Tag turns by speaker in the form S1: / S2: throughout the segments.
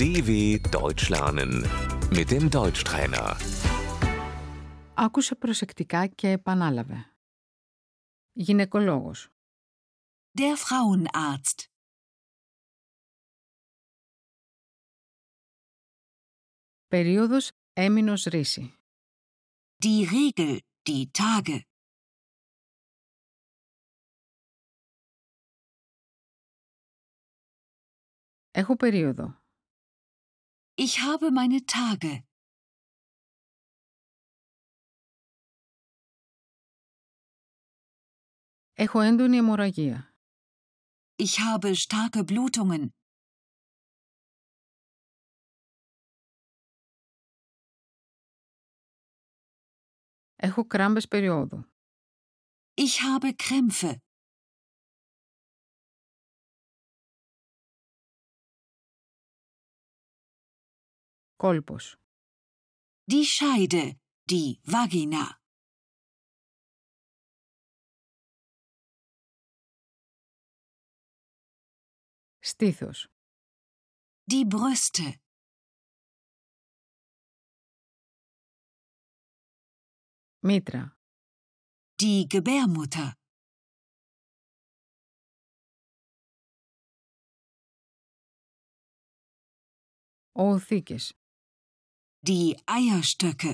S1: DW Deutsch lernen mit dem Deutschtrainer.
S2: Άκουσε προσεκτικά και επανάλαβε. Γυναικολόγος.
S3: Der Frauenarzt.
S2: Περίοδος έμεινος ρίση.
S3: Die Regel, die Tage.
S2: Έχω περίοδο.
S3: Ich habe meine Tage.
S2: Έχω έντονη αιμορραγία.
S3: Ich habe starke Blutungen.
S2: Έχω κράμπες περίοδου.
S3: Ich habe Krämpfe.
S2: Κόλπος.
S3: Die Scheide, die Vagina.
S2: Στήθος.
S3: Die Brüste.
S2: Μήτρα.
S3: Die Gebärmutter.
S2: Οθήκες.
S3: Die Eierstöcke.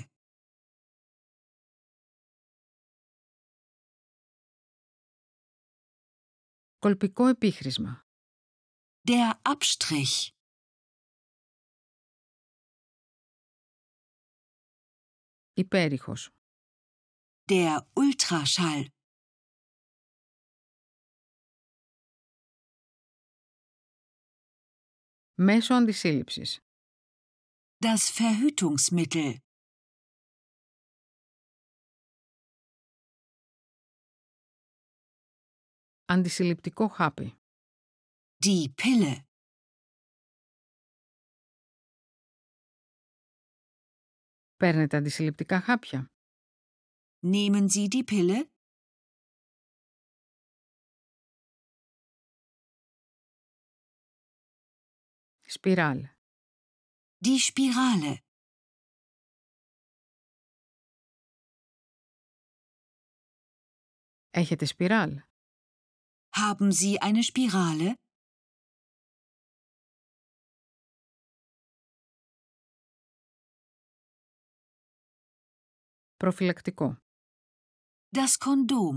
S2: Κολπικό επίχρησμα.
S3: Der Abstrich.
S2: Υπέρηχος.
S3: Der Ultraschall.
S2: Μέσο αντισύλληψης.
S3: Das Verhütungsmittel.
S2: Αντισυλληπτικό χάπι.
S3: Die Pille.
S2: Παίρνετε αντισυλληπτικά χάπια.
S3: Nehmen Sie die Pille?
S2: Σπιράλ.
S3: Die Spirale.
S2: Έχετε σπιράλ.
S3: Haben Sie eine Spirale?
S2: Προφυλακτικό.
S3: Das Kondom.